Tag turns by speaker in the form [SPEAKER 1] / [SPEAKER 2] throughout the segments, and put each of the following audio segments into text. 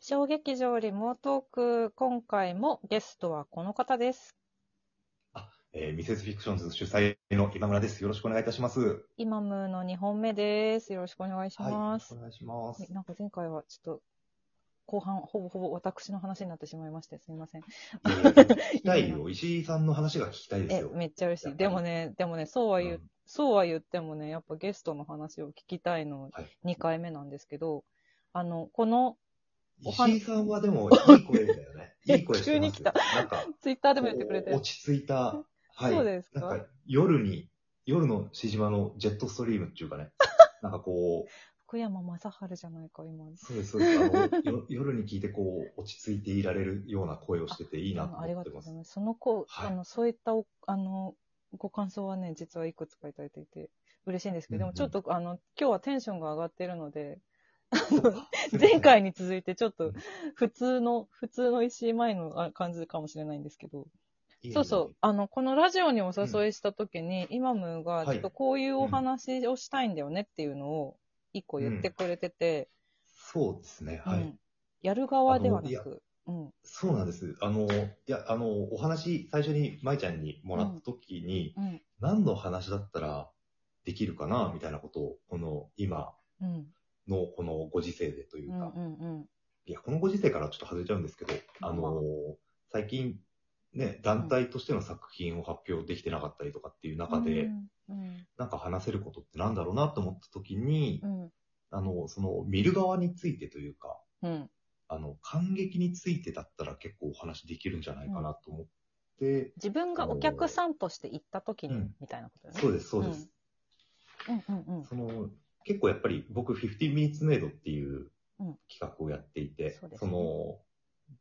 [SPEAKER 1] 小劇場リモートーク、今回もゲストはこの方です。
[SPEAKER 2] えーミセスフィクションズ主催の今村です。よろしくお願いいたします。
[SPEAKER 1] イマムーの2本目です。よろしくお願いし
[SPEAKER 2] はい、よ
[SPEAKER 1] ま
[SPEAKER 2] ろし
[SPEAKER 1] す。
[SPEAKER 2] くお願いします。
[SPEAKER 1] なんか前回はちょっと後半、ほぼほぼ私の話になってしまいまして、すみません。
[SPEAKER 2] いやいや聞きたいよ。石井さんの話が聞きたいです
[SPEAKER 1] え
[SPEAKER 2] よ、。
[SPEAKER 1] めっちゃ嬉し
[SPEAKER 2] やっ
[SPEAKER 1] い。
[SPEAKER 2] ぱり
[SPEAKER 1] でもね、でもね、そうは言う、
[SPEAKER 2] うん
[SPEAKER 1] そうは言ってもね、やっぱゲストの話を聞きたいの
[SPEAKER 2] はい
[SPEAKER 1] 2回目なんですけど、あの、このおは
[SPEAKER 2] 石井さんはでも、いい声だよね。いい声してますよ
[SPEAKER 1] 急に来た
[SPEAKER 2] なんか、
[SPEAKER 1] ツイッタ ーでも言ってくれて
[SPEAKER 2] こう落ち着いた。はい。
[SPEAKER 1] そうですか
[SPEAKER 2] なんか、夜に、夜の獅島のジェットストリームっていう かね。なんかこう、
[SPEAKER 1] 福山雅治じゃないか、今。
[SPEAKER 2] そうです、そうです。あの、よ 夜に聞いてこう、落ち着いていられるような声をしてていいなと
[SPEAKER 1] あありが
[SPEAKER 2] 思って
[SPEAKER 1] とうご
[SPEAKER 2] ます
[SPEAKER 1] ざい。ます。その子、
[SPEAKER 2] はい
[SPEAKER 1] あの、そういったお、あの、ご感想はね、実はいくつかいただいていて、嬉しいんですけど、で
[SPEAKER 2] うん
[SPEAKER 1] も
[SPEAKER 2] うん
[SPEAKER 1] ちょっと、あの、今日はテンションが上がってるので、
[SPEAKER 2] そう
[SPEAKER 1] 前回に続いてちょっ
[SPEAKER 2] う
[SPEAKER 1] と
[SPEAKER 2] ん、
[SPEAKER 1] 普通の、普通の石井前のあ感じかもしれないんですけど、
[SPEAKER 2] いえいえ
[SPEAKER 1] そうそう、あの、このラジオにお誘いした時に、今ムーが、ち
[SPEAKER 2] は
[SPEAKER 1] ょ
[SPEAKER 2] い
[SPEAKER 1] っとこういうお話をしたいんだよねっていうのを、一個言ってくれてて、
[SPEAKER 2] そうですね。はい。
[SPEAKER 1] うんやる側ではな
[SPEAKER 2] あのいや
[SPEAKER 1] く、うん、
[SPEAKER 2] そうなんです。あの、いや、あの、お話、最初に舞ちゃんにもらった時に、
[SPEAKER 1] うん、
[SPEAKER 2] 何の話だったらできるかな、みたいなことを、この、今
[SPEAKER 1] うん、
[SPEAKER 2] のこのご時世でという
[SPEAKER 1] う
[SPEAKER 2] か、
[SPEAKER 1] ん、うん、うん。
[SPEAKER 2] いや、このご時世からちょっと外れちゃうんですけど、あ
[SPEAKER 1] まあま
[SPEAKER 2] の、最近、ね、団体としての作品を発表できてなかったりとかっていう中で、
[SPEAKER 1] うん、うん
[SPEAKER 2] なんか話せることってなんだろうなと思った時に
[SPEAKER 1] う、ん
[SPEAKER 2] あの、その、見る側についてというか、
[SPEAKER 1] うん。
[SPEAKER 2] あの、感激についてだったら結構お話できるんじゃないかなと思って、
[SPEAKER 1] 自分がお客さんとして行った時に、
[SPEAKER 2] うん
[SPEAKER 1] みたいなことだね。
[SPEAKER 2] そうです、そうです。
[SPEAKER 1] うんうんうん。
[SPEAKER 2] その、結構やっぱり僕、15 minutes made っていう
[SPEAKER 1] うん
[SPEAKER 2] 企画をやっていて、
[SPEAKER 1] そうですね
[SPEAKER 2] その、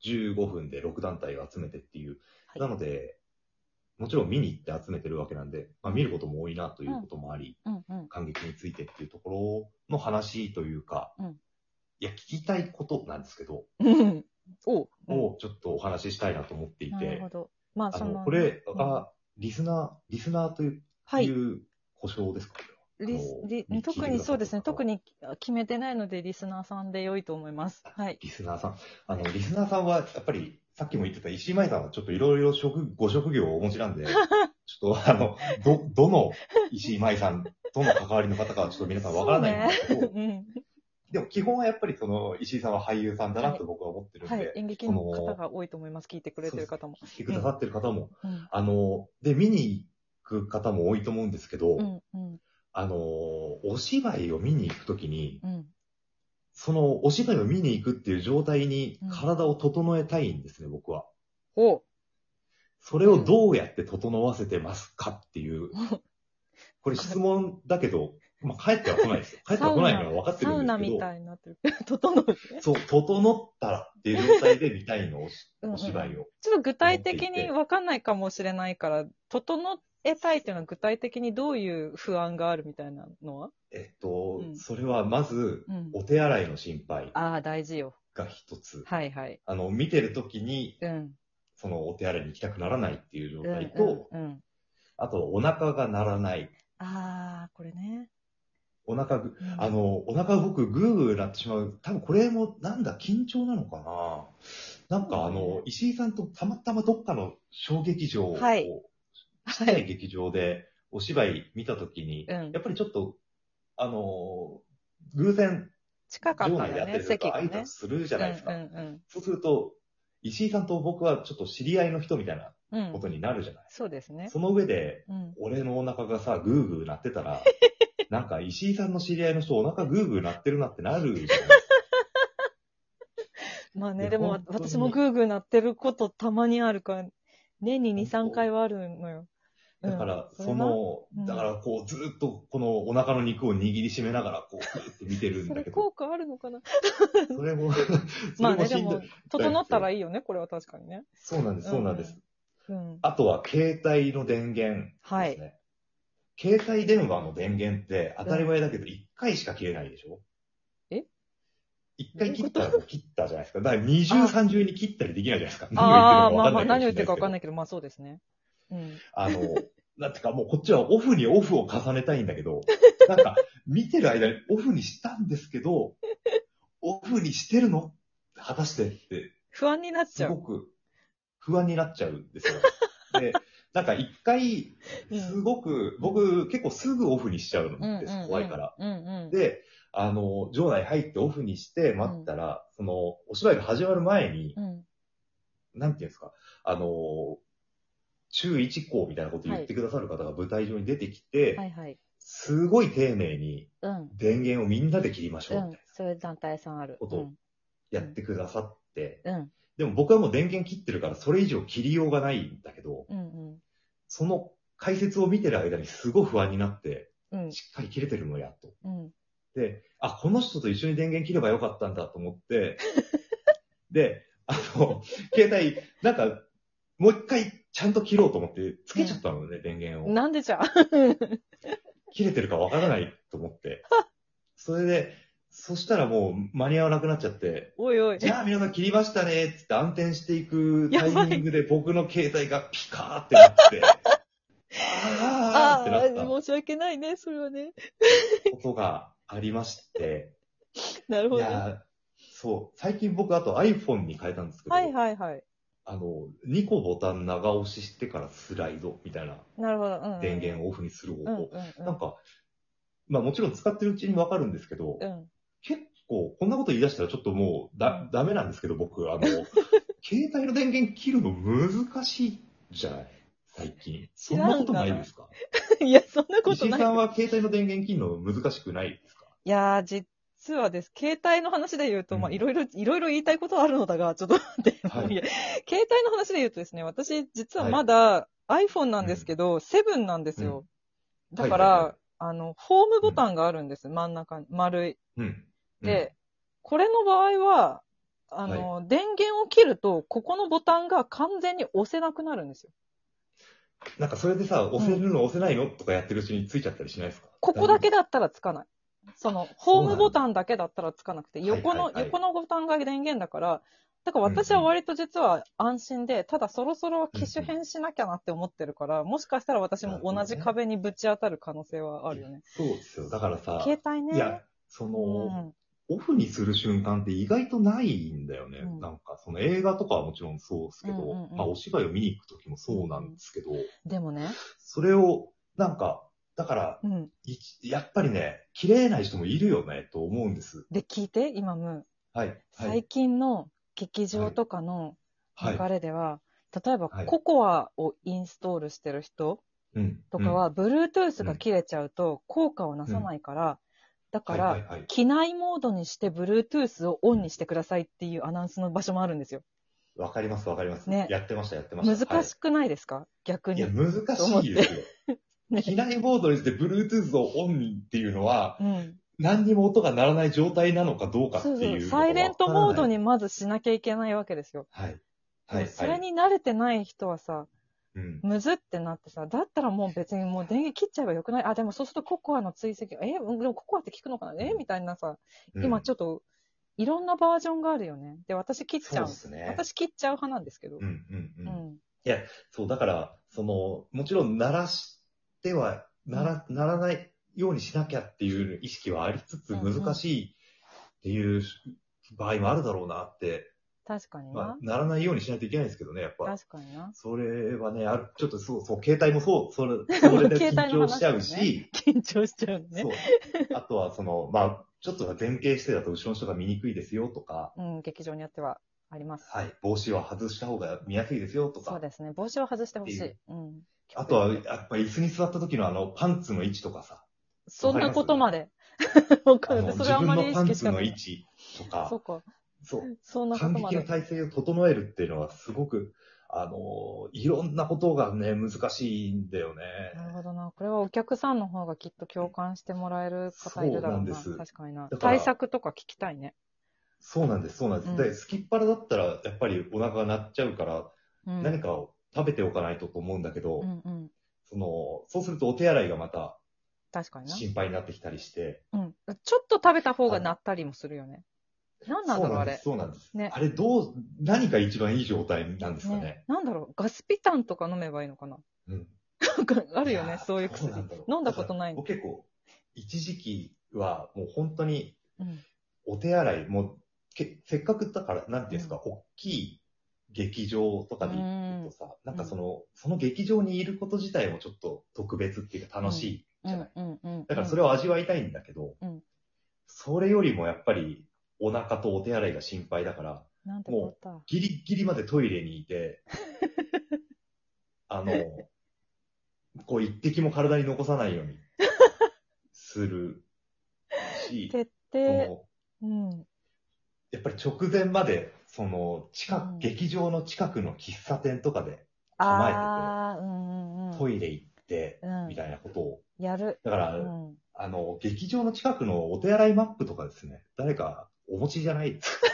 [SPEAKER 2] 15分で6団体を集めてっていう、
[SPEAKER 1] はい
[SPEAKER 2] なので、もちろん見に行って集めてるわけなんで、まあ、見ることも多いなということもあり、
[SPEAKER 1] うんうん。
[SPEAKER 2] 感激についてっていうところの話というか、
[SPEAKER 1] うん
[SPEAKER 2] いや、聞きたいことなんですけど、
[SPEAKER 1] うんおう、うん
[SPEAKER 2] をちょっとお話ししたいなと思ってい
[SPEAKER 1] なる
[SPEAKER 2] て
[SPEAKER 1] ほ、ど。まあ、
[SPEAKER 2] あ
[SPEAKER 1] その、
[SPEAKER 2] の、これ
[SPEAKER 1] うん
[SPEAKER 2] が、リスナー、リスナーという、、
[SPEAKER 1] はいい。
[SPEAKER 2] う故障ですかこれ
[SPEAKER 1] リ
[SPEAKER 2] は
[SPEAKER 1] ス
[SPEAKER 2] あの
[SPEAKER 1] リ
[SPEAKER 2] 聞いて
[SPEAKER 1] 特
[SPEAKER 2] くだ
[SPEAKER 1] に
[SPEAKER 2] さ
[SPEAKER 1] そうですね、
[SPEAKER 2] った方
[SPEAKER 1] 特に決めてないので、リスナーさんで良いと思います。はい。
[SPEAKER 2] リスナーさん。あの、リスナーさんは、やっぱり、さっきも言ってた石井舞さんはちょっといろいろ職、ご職業をお持ちなん で、ちょっとあの、ど、どの石井舞さんとの関わりの方かはちょっと皆さんわからないんですけど、
[SPEAKER 1] うん。
[SPEAKER 2] でも基本はやっぱりその、石井さんは俳優さんだな
[SPEAKER 1] はい
[SPEAKER 2] と僕は思ってるんで、
[SPEAKER 1] はい。演劇の方が多いと思います、聞いてくれてる方も。
[SPEAKER 2] 来てくださってる方も、
[SPEAKER 1] うん。
[SPEAKER 2] あの、で、見に行く方も多いと思うんですけど、
[SPEAKER 1] うん。うん。
[SPEAKER 2] あの、お芝居を見に行くときに、
[SPEAKER 1] うん。
[SPEAKER 2] そのお芝居を見に行くっていう状態に体を整えたいんですね、僕は。
[SPEAKER 1] おう
[SPEAKER 2] それをどうやって整わせてますかっていう。これ質問だけど、まあ、帰っては来ないですよ。帰っては来ないのは分かっ て
[SPEAKER 1] サ
[SPEAKER 2] る
[SPEAKER 1] ウ
[SPEAKER 2] んで
[SPEAKER 1] ナ
[SPEAKER 2] すけ
[SPEAKER 1] み
[SPEAKER 2] ど、
[SPEAKER 1] たいになってる。 整うね。
[SPEAKER 2] そう、整ったらっていう状態で見たいの、おし
[SPEAKER 1] うんうん
[SPEAKER 2] お芝居を。
[SPEAKER 1] ちょっと具体的に分かんないかもしれないから、整えたいっていうのは具体的にどういう不安があるみたいなのは
[SPEAKER 2] えっと、
[SPEAKER 1] うん
[SPEAKER 2] それはまず、
[SPEAKER 1] うん。
[SPEAKER 2] お手洗いの心配
[SPEAKER 1] ああ、大事よ。
[SPEAKER 2] が一つ。
[SPEAKER 1] はいはい。
[SPEAKER 2] あの、見てる時に、
[SPEAKER 1] うん。
[SPEAKER 2] そのお手洗いに行きたくならないっていう
[SPEAKER 1] う
[SPEAKER 2] 状
[SPEAKER 1] んう
[SPEAKER 2] 態と、
[SPEAKER 1] ん。うん、
[SPEAKER 2] あと、お腹が鳴らない。
[SPEAKER 1] ああ、これね。
[SPEAKER 2] お腹ぐ、
[SPEAKER 1] うん
[SPEAKER 2] あの、お腹動くグーグーなってしまう。多分これもなんだ、緊張なのかななんかあの、石井さんとたまたまどっかの小劇場を、
[SPEAKER 1] はい
[SPEAKER 2] ちっち
[SPEAKER 1] は
[SPEAKER 2] ゃい
[SPEAKER 1] い。
[SPEAKER 2] 劇場でお芝居見たときに、
[SPEAKER 1] うん
[SPEAKER 2] やっぱりちょっと、あの、偶然、
[SPEAKER 1] 近かっ
[SPEAKER 2] 場
[SPEAKER 1] たん
[SPEAKER 2] 内
[SPEAKER 1] だ
[SPEAKER 2] でやって
[SPEAKER 1] ね、
[SPEAKER 2] ると
[SPEAKER 1] 席
[SPEAKER 2] か
[SPEAKER 1] が
[SPEAKER 2] 挨
[SPEAKER 1] ね
[SPEAKER 2] 拶。するじゃないですか。
[SPEAKER 1] うんうん
[SPEAKER 2] そうすると、石井さんと僕はちょっと知り合いの人みたいな
[SPEAKER 1] うん。う
[SPEAKER 2] こと
[SPEAKER 1] ん、
[SPEAKER 2] になるじゃない。
[SPEAKER 1] そうですね。
[SPEAKER 2] その上で、
[SPEAKER 1] うん。
[SPEAKER 2] 俺のお腹がさ、グーグー鳴って たら、なんか石井さんの知り合いの人、お腹グーグー鳴ってるなってなるじゃないですか。
[SPEAKER 1] まあ
[SPEAKER 2] い
[SPEAKER 1] ね、
[SPEAKER 2] や
[SPEAKER 1] でも
[SPEAKER 2] 本当に
[SPEAKER 1] 私もグーグーなってることたまにあるから、年に2、3回はあるのよ。うん
[SPEAKER 2] だから、
[SPEAKER 1] それ
[SPEAKER 2] そ
[SPEAKER 1] は
[SPEAKER 2] の、
[SPEAKER 1] うん
[SPEAKER 2] だからこう、ずーっとこのお腹の肉を握りしめながら、こう、グーって見てるん
[SPEAKER 1] そ
[SPEAKER 2] だ
[SPEAKER 1] れ
[SPEAKER 2] けど、
[SPEAKER 1] 効果あるのかな
[SPEAKER 2] それも、そ
[SPEAKER 1] まあね、
[SPEAKER 2] れも
[SPEAKER 1] で
[SPEAKER 2] しんど
[SPEAKER 1] も
[SPEAKER 2] い。、
[SPEAKER 1] 整ったらいいよね、これは確かにね。
[SPEAKER 2] そうなんです、そうなんです。
[SPEAKER 1] うん。
[SPEAKER 2] あとは、携帯の電源
[SPEAKER 1] は
[SPEAKER 2] です
[SPEAKER 1] い。
[SPEAKER 2] ね。携帯電話の電源って当たり前だけど、1回しか切れないでしょ
[SPEAKER 1] え
[SPEAKER 2] ?1 回切ったらもう切ったじゃないですか。だから二重
[SPEAKER 1] あ
[SPEAKER 2] 三重に切ったりできないじゃないですか。
[SPEAKER 1] ああ、まあまあ、何を言ってるか分かん
[SPEAKER 2] ない
[SPEAKER 1] ないけど、まあそうですね。うん。
[SPEAKER 2] あの、なんていうかもうこっちはオフにオフを重ねたいんだけ ど、なんか見てる間にオフにしたんですけど、オフにしてるの果たしてって、
[SPEAKER 1] 不安になっち
[SPEAKER 2] す
[SPEAKER 1] ゃ
[SPEAKER 2] ご
[SPEAKER 1] う。
[SPEAKER 2] く不安になっちゃうん ですよ。で、なんか一回、すごく、僕結構すぐオフにしちゃう
[SPEAKER 1] うん
[SPEAKER 2] んです、怖いから。。
[SPEAKER 1] うんうん。
[SPEAKER 2] で、あの、場内入ってオフにして待ったら、その、お芝居が始まる前に、
[SPEAKER 1] うん、
[SPEAKER 2] なんていうんですか、あの、注意事項みたいなこと言ってくださる方が舞台上に出てきて、
[SPEAKER 1] はいはい。
[SPEAKER 2] すごい丁寧に
[SPEAKER 1] うん。
[SPEAKER 2] 電源をみんなで切りましょ
[SPEAKER 1] う
[SPEAKER 2] うみたい
[SPEAKER 1] ん
[SPEAKER 2] な、。
[SPEAKER 1] それ団体さんある。
[SPEAKER 2] ことをやってくださって、
[SPEAKER 1] うん。うん。
[SPEAKER 2] でも僕はもう電源切ってるからそれ以上切りようがないんだけど、
[SPEAKER 1] うん
[SPEAKER 2] その解説を見てる間にすごい不安になって、
[SPEAKER 1] うん。うん。
[SPEAKER 2] しっかり切れてるのやと。
[SPEAKER 1] うん。
[SPEAKER 2] で、あ、この人と一緒に電源切ればよかったんだと 思って、で、あの、携帯、なんか、もう一回ちゃんと切ろうと思って、つけちゃったのね、電源を。
[SPEAKER 1] なんでじ ゃあ
[SPEAKER 2] 切れてるかわからないと 思って。それで、そしたらもう間に合わなくなっちゃって、
[SPEAKER 1] おいおい。
[SPEAKER 2] じゃあ皆さん切りましたねっつって暗転していく
[SPEAKER 1] や
[SPEAKER 2] タ
[SPEAKER 1] ばい
[SPEAKER 2] イミングで僕の携帯がピカーって なって、あ
[SPEAKER 1] あ
[SPEAKER 2] ーってなった
[SPEAKER 1] あ、申し訳ないね、それはね。
[SPEAKER 2] ことがありまして、
[SPEAKER 1] なる
[SPEAKER 2] い
[SPEAKER 1] ほど。は
[SPEAKER 2] やー、そう、最近僕あと iPhone に変えたんですけど、
[SPEAKER 1] いはいはい。
[SPEAKER 2] あの、2個ボタン長押ししてからスライドみたいな
[SPEAKER 1] なるほど。うん、うん。
[SPEAKER 2] 電源をオフにする
[SPEAKER 1] う
[SPEAKER 2] 方
[SPEAKER 1] んうん
[SPEAKER 2] 法。
[SPEAKER 1] うん。
[SPEAKER 2] なんか、まあもちろん使ってるうちにわかるんですけど、
[SPEAKER 1] うん。
[SPEAKER 2] 結構、こんなこと言い出したらちょっともう
[SPEAKER 1] う
[SPEAKER 2] だ
[SPEAKER 1] ん、
[SPEAKER 2] ダメなんですけど、僕、あの、携帯の電源切るの難しいじゃない最近。そんなことないですか
[SPEAKER 1] いや、そんなこ
[SPEAKER 2] 石
[SPEAKER 1] と
[SPEAKER 2] 井
[SPEAKER 1] ない。
[SPEAKER 2] さんは携帯の電源切るの難しくないですか
[SPEAKER 1] いやー、実はです。携帯の話で言うと、まあ、
[SPEAKER 2] うん
[SPEAKER 1] いろいろ、いろいろ言いたいことはあるのだが、 ちょっと待って。
[SPEAKER 2] はい
[SPEAKER 1] もういいや携帯の話で言うとですね、私、実は
[SPEAKER 2] はい
[SPEAKER 1] まだ iPhone なんですけど、セブンなんですよ。だから、
[SPEAKER 2] はいはいはい
[SPEAKER 1] あの、ホームボタンがあるんです。真ん中に、丸い。
[SPEAKER 2] うん。
[SPEAKER 1] で、これの場合は、あの、電源を切ると、ここのボタンが完全に押せなくなるんですよ。
[SPEAKER 2] なんかそれでさ、押せるの押せないのとかやってるうちについちゃったりしないですか
[SPEAKER 1] ここだけだったらつかない。その、ホームボタンだけだったらつかなくて、
[SPEAKER 2] そうなんだ
[SPEAKER 1] 横の、
[SPEAKER 2] はいはいはい
[SPEAKER 1] 横のボタンが電源だから、だから私は割と実は安心で、ただそろそろ機種変しなきゃなって思ってるから、もしかしたら私も同じ壁にぶち当たる可能性はあるよね。
[SPEAKER 2] そうですよ。だからさ、
[SPEAKER 1] 携帯ね。
[SPEAKER 2] いや、その、オフにする瞬間って意外とないんだよね。
[SPEAKER 1] うん
[SPEAKER 2] なんか、その映画とかはもちろんそうですけど、
[SPEAKER 1] うんうんうん
[SPEAKER 2] まあお芝居を見に行くときもそうなんですけど、
[SPEAKER 1] うん、でもね、
[SPEAKER 2] それを、なんか、だから、
[SPEAKER 1] うん。
[SPEAKER 2] いやっぱりね、切れない人もいるよね、と思うんです。
[SPEAKER 1] で、聞いて、今も、
[SPEAKER 2] はい。は
[SPEAKER 1] 最
[SPEAKER 2] い。
[SPEAKER 1] 近の劇場とかの
[SPEAKER 2] はい。
[SPEAKER 1] 流れでは、例えば
[SPEAKER 2] はい
[SPEAKER 1] ココアをインストールしてる人、
[SPEAKER 2] うん
[SPEAKER 1] とか、は、Bluetooth が切れちゃうと効果をなさないから、だ
[SPEAKER 2] うん
[SPEAKER 1] から、
[SPEAKER 2] はいはいはい
[SPEAKER 1] 機内モードにして Bluetooth をオンにしてくださいっていうアナウンスの場所もあるんですよ。
[SPEAKER 2] わかります、わかります。
[SPEAKER 1] ね
[SPEAKER 2] やってました、やってました。
[SPEAKER 1] 難しくないですか、逆
[SPEAKER 2] はい、い
[SPEAKER 1] に
[SPEAKER 2] や、。難しいですよ。
[SPEAKER 1] ね
[SPEAKER 2] 機内モードにして Bluetooth をオンにっていうのは、
[SPEAKER 1] うん、
[SPEAKER 2] 何にも音が鳴らない状態なのかどうかって
[SPEAKER 1] そう
[SPEAKER 2] い
[SPEAKER 1] そうう、
[SPEAKER 2] のが
[SPEAKER 1] サイレントモード
[SPEAKER 2] わ
[SPEAKER 1] にまずしなきゃいけないわけですよ。
[SPEAKER 2] からない。はい。はい。
[SPEAKER 1] それ
[SPEAKER 2] はい、
[SPEAKER 1] に慣れてない人はさ、
[SPEAKER 2] うん。
[SPEAKER 1] むずってなってさ、だったらもう別にもう電源切っちゃえばよくないあ、でもそうするとココアの追跡、え、うんでもココアって聞くのかなえみたいなさ、今ち
[SPEAKER 2] ょ
[SPEAKER 1] ょっ
[SPEAKER 2] っ
[SPEAKER 1] と、いろんなバージョンがあるよね。で、私切っちゃう
[SPEAKER 2] そうですね。
[SPEAKER 1] 私切っちゃう派なんですけど。
[SPEAKER 2] うんうん
[SPEAKER 1] う
[SPEAKER 2] うん。
[SPEAKER 1] ん。
[SPEAKER 2] そう、だから、その、もちろん鳴らしては、なら、ならないようにしなきゃっていう意識はありつつ、
[SPEAKER 1] うんうん
[SPEAKER 2] 難しいっていう場合もあるだろうなって、
[SPEAKER 1] 確かに
[SPEAKER 2] ま
[SPEAKER 1] な
[SPEAKER 2] あ。、ならないようにしないといけないんですけどね、やっぱ。
[SPEAKER 1] 確かにな。
[SPEAKER 2] それはね、ある、ちょっとそう、そう、携帯もそう、それ、それで緊張しちゃ う
[SPEAKER 1] 携帯
[SPEAKER 2] し、
[SPEAKER 1] 緊張しちゃうのね
[SPEAKER 2] そ。う。あとは、その、まあ、ちょっと前傾してだと後ろの人が見にくいですよとか、
[SPEAKER 1] うん、劇場によってはあります。
[SPEAKER 2] はい、帽子は外した方が見やすいですよと
[SPEAKER 1] そう
[SPEAKER 2] か、
[SPEAKER 1] ですね。帽子を外してほし
[SPEAKER 2] ってい。
[SPEAKER 1] いううん。
[SPEAKER 2] あとは、やっぱり椅子に座った時のあの、パンツの位置とかさ、
[SPEAKER 1] そんなことまで。 わか
[SPEAKER 2] あ
[SPEAKER 1] る
[SPEAKER 2] の
[SPEAKER 1] ね。そ
[SPEAKER 2] 自
[SPEAKER 1] れはあんま
[SPEAKER 2] 分
[SPEAKER 1] り
[SPEAKER 2] の
[SPEAKER 1] 意
[SPEAKER 2] パン
[SPEAKER 1] 識し
[SPEAKER 2] ツ
[SPEAKER 1] たくな
[SPEAKER 2] の位
[SPEAKER 1] い。
[SPEAKER 2] 置と
[SPEAKER 1] そ
[SPEAKER 2] か
[SPEAKER 1] う、か。
[SPEAKER 2] そう、
[SPEAKER 1] そんなこと
[SPEAKER 2] 感
[SPEAKER 1] ま
[SPEAKER 2] 激の
[SPEAKER 1] で。
[SPEAKER 2] 体勢を整えるっていうのはすごく、あの、いろんなことがね、難しいんだよね。
[SPEAKER 1] なるほどな。これはお客さんの方がきっと共感してもらえる方いるだろうな。
[SPEAKER 2] そうなんです
[SPEAKER 1] 確かにな。
[SPEAKER 2] だから
[SPEAKER 1] 対策とか聞きたいね。
[SPEAKER 2] そうなんです、そうなんです。
[SPEAKER 1] うん
[SPEAKER 2] で、すきっ腹だったら、やっぱりお腹が鳴っちゃうから、
[SPEAKER 1] うん。
[SPEAKER 2] 何かを食べておかないとと思うんだけど、
[SPEAKER 1] うんうん。
[SPEAKER 2] その、そうするとお手洗いがまた、
[SPEAKER 1] 確かにな。
[SPEAKER 2] 心配になってきたりして。
[SPEAKER 1] うん。ちょっと食べた方がなったりもするよね。なんなんだろう、あれ。
[SPEAKER 2] そうなんです。そうな
[SPEAKER 1] ね
[SPEAKER 2] んですあれ、どう、何が一番いい状態なんですかね
[SPEAKER 1] ね。なんだろう、ガスピタンとか飲めばいいのかな
[SPEAKER 2] うん。
[SPEAKER 1] あるよ
[SPEAKER 2] いや
[SPEAKER 1] ね
[SPEAKER 2] ー、
[SPEAKER 1] そういう薬。
[SPEAKER 2] どなんだろう
[SPEAKER 1] 飲んだことない
[SPEAKER 2] だから僕結構、一時期はもう本当に
[SPEAKER 1] うん
[SPEAKER 2] お手洗い、もうけせっかくだから、なんていうんですか、大きい劇場とかで
[SPEAKER 1] うん
[SPEAKER 2] 行くとさ、なんかその、その劇場にいること自体もちょっと特別っていうか楽しいじゃない。
[SPEAKER 1] うんうんうん。
[SPEAKER 2] だからそれを味わいたいんだけど、
[SPEAKER 1] うん
[SPEAKER 2] それよりもやっぱりお腹とお手洗いが心配だから、
[SPEAKER 1] なんてこった。
[SPEAKER 2] ギリギリまでトイレに いて、あの、こう一滴も体に残さないようにする し、
[SPEAKER 1] 徹
[SPEAKER 2] そ
[SPEAKER 1] 底。
[SPEAKER 2] の
[SPEAKER 1] うん。
[SPEAKER 2] やっぱり直前まで、その、近
[SPEAKER 1] うん
[SPEAKER 2] く、劇場の近くの喫茶店とかで
[SPEAKER 1] ああ、うんうんうん。
[SPEAKER 2] トイレ行って、
[SPEAKER 1] うん
[SPEAKER 2] みたいなことを、
[SPEAKER 1] やる。
[SPEAKER 2] だから、
[SPEAKER 1] うん。
[SPEAKER 2] あの、劇場の近くのお手洗いマップとかですね、誰かお持ちじゃないですか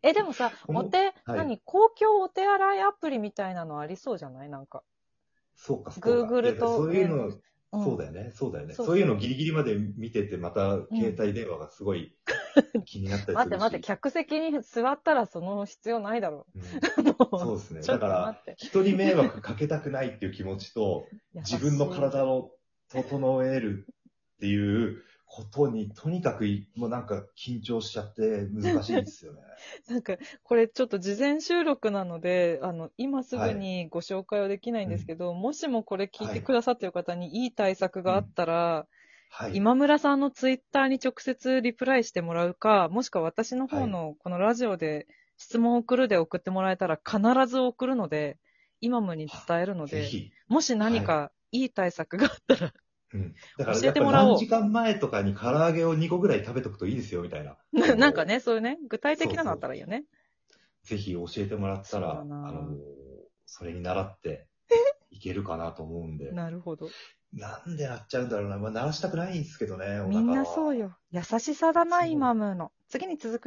[SPEAKER 1] え、でもさ、
[SPEAKER 2] この
[SPEAKER 1] お手、何公共お手洗いアプリみたいなのありそうじゃないなんか。
[SPEAKER 2] そうか、そうか。
[SPEAKER 1] Google と
[SPEAKER 2] そういうの、
[SPEAKER 1] ん
[SPEAKER 2] そうだよね、そうだよね。
[SPEAKER 1] そうそう
[SPEAKER 2] そういうのギリギリまで見てて、また携帯電話がすご い気になったりするし。
[SPEAKER 1] 待って待って、客席に座ったらその必要ないだろ。
[SPEAKER 2] うんそう
[SPEAKER 1] も
[SPEAKER 2] ですね。
[SPEAKER 1] ちょ
[SPEAKER 2] だ
[SPEAKER 1] っと
[SPEAKER 2] か
[SPEAKER 1] 待
[SPEAKER 2] ら
[SPEAKER 1] って、
[SPEAKER 2] 人に迷惑かけたくないっていう気持 ちと、
[SPEAKER 1] う
[SPEAKER 2] 自分の。体を整えるっていうことに、とにかくい、もうなんか緊張しちゃって難しいですよ ね。
[SPEAKER 1] なんか、これちょっと事前収録なので、あの、今すぐにご紹介はできないんですけど、もしもこれ聞いてくださってる方にいい対策があったら、
[SPEAKER 2] はい。
[SPEAKER 1] 今村さんのツイッターに直接リプライしてもらうか、もしくは私の方のこのラジオで質問を送るで送ってもらえたら必ず送るので、今ムに伝えるの
[SPEAKER 2] ぜ
[SPEAKER 1] で、
[SPEAKER 2] ひ。
[SPEAKER 1] もし何かいい対策があ ったら、
[SPEAKER 2] うん。だから、
[SPEAKER 1] 教え
[SPEAKER 2] やってぱ
[SPEAKER 1] もらおう。
[SPEAKER 2] 何時間前とかに唐揚げを2個ぐらい食べとくといいですよ、みたいな
[SPEAKER 1] なんかね、そういうね、具体的なのあったらいいよね。
[SPEAKER 2] ぜひ教えてもらっ
[SPEAKER 1] そ
[SPEAKER 2] たら、
[SPEAKER 1] うだ
[SPEAKER 2] あ
[SPEAKER 1] な
[SPEAKER 2] の、それに習っていけるかなと思うんで。
[SPEAKER 1] なるほど。
[SPEAKER 2] なんでなっちゃうんだろうな。まあ、鳴らしたくないんですけどね、お腹は
[SPEAKER 1] みんなそうよ。優しさだな、
[SPEAKER 2] そう
[SPEAKER 1] 今ムの。次に続くよ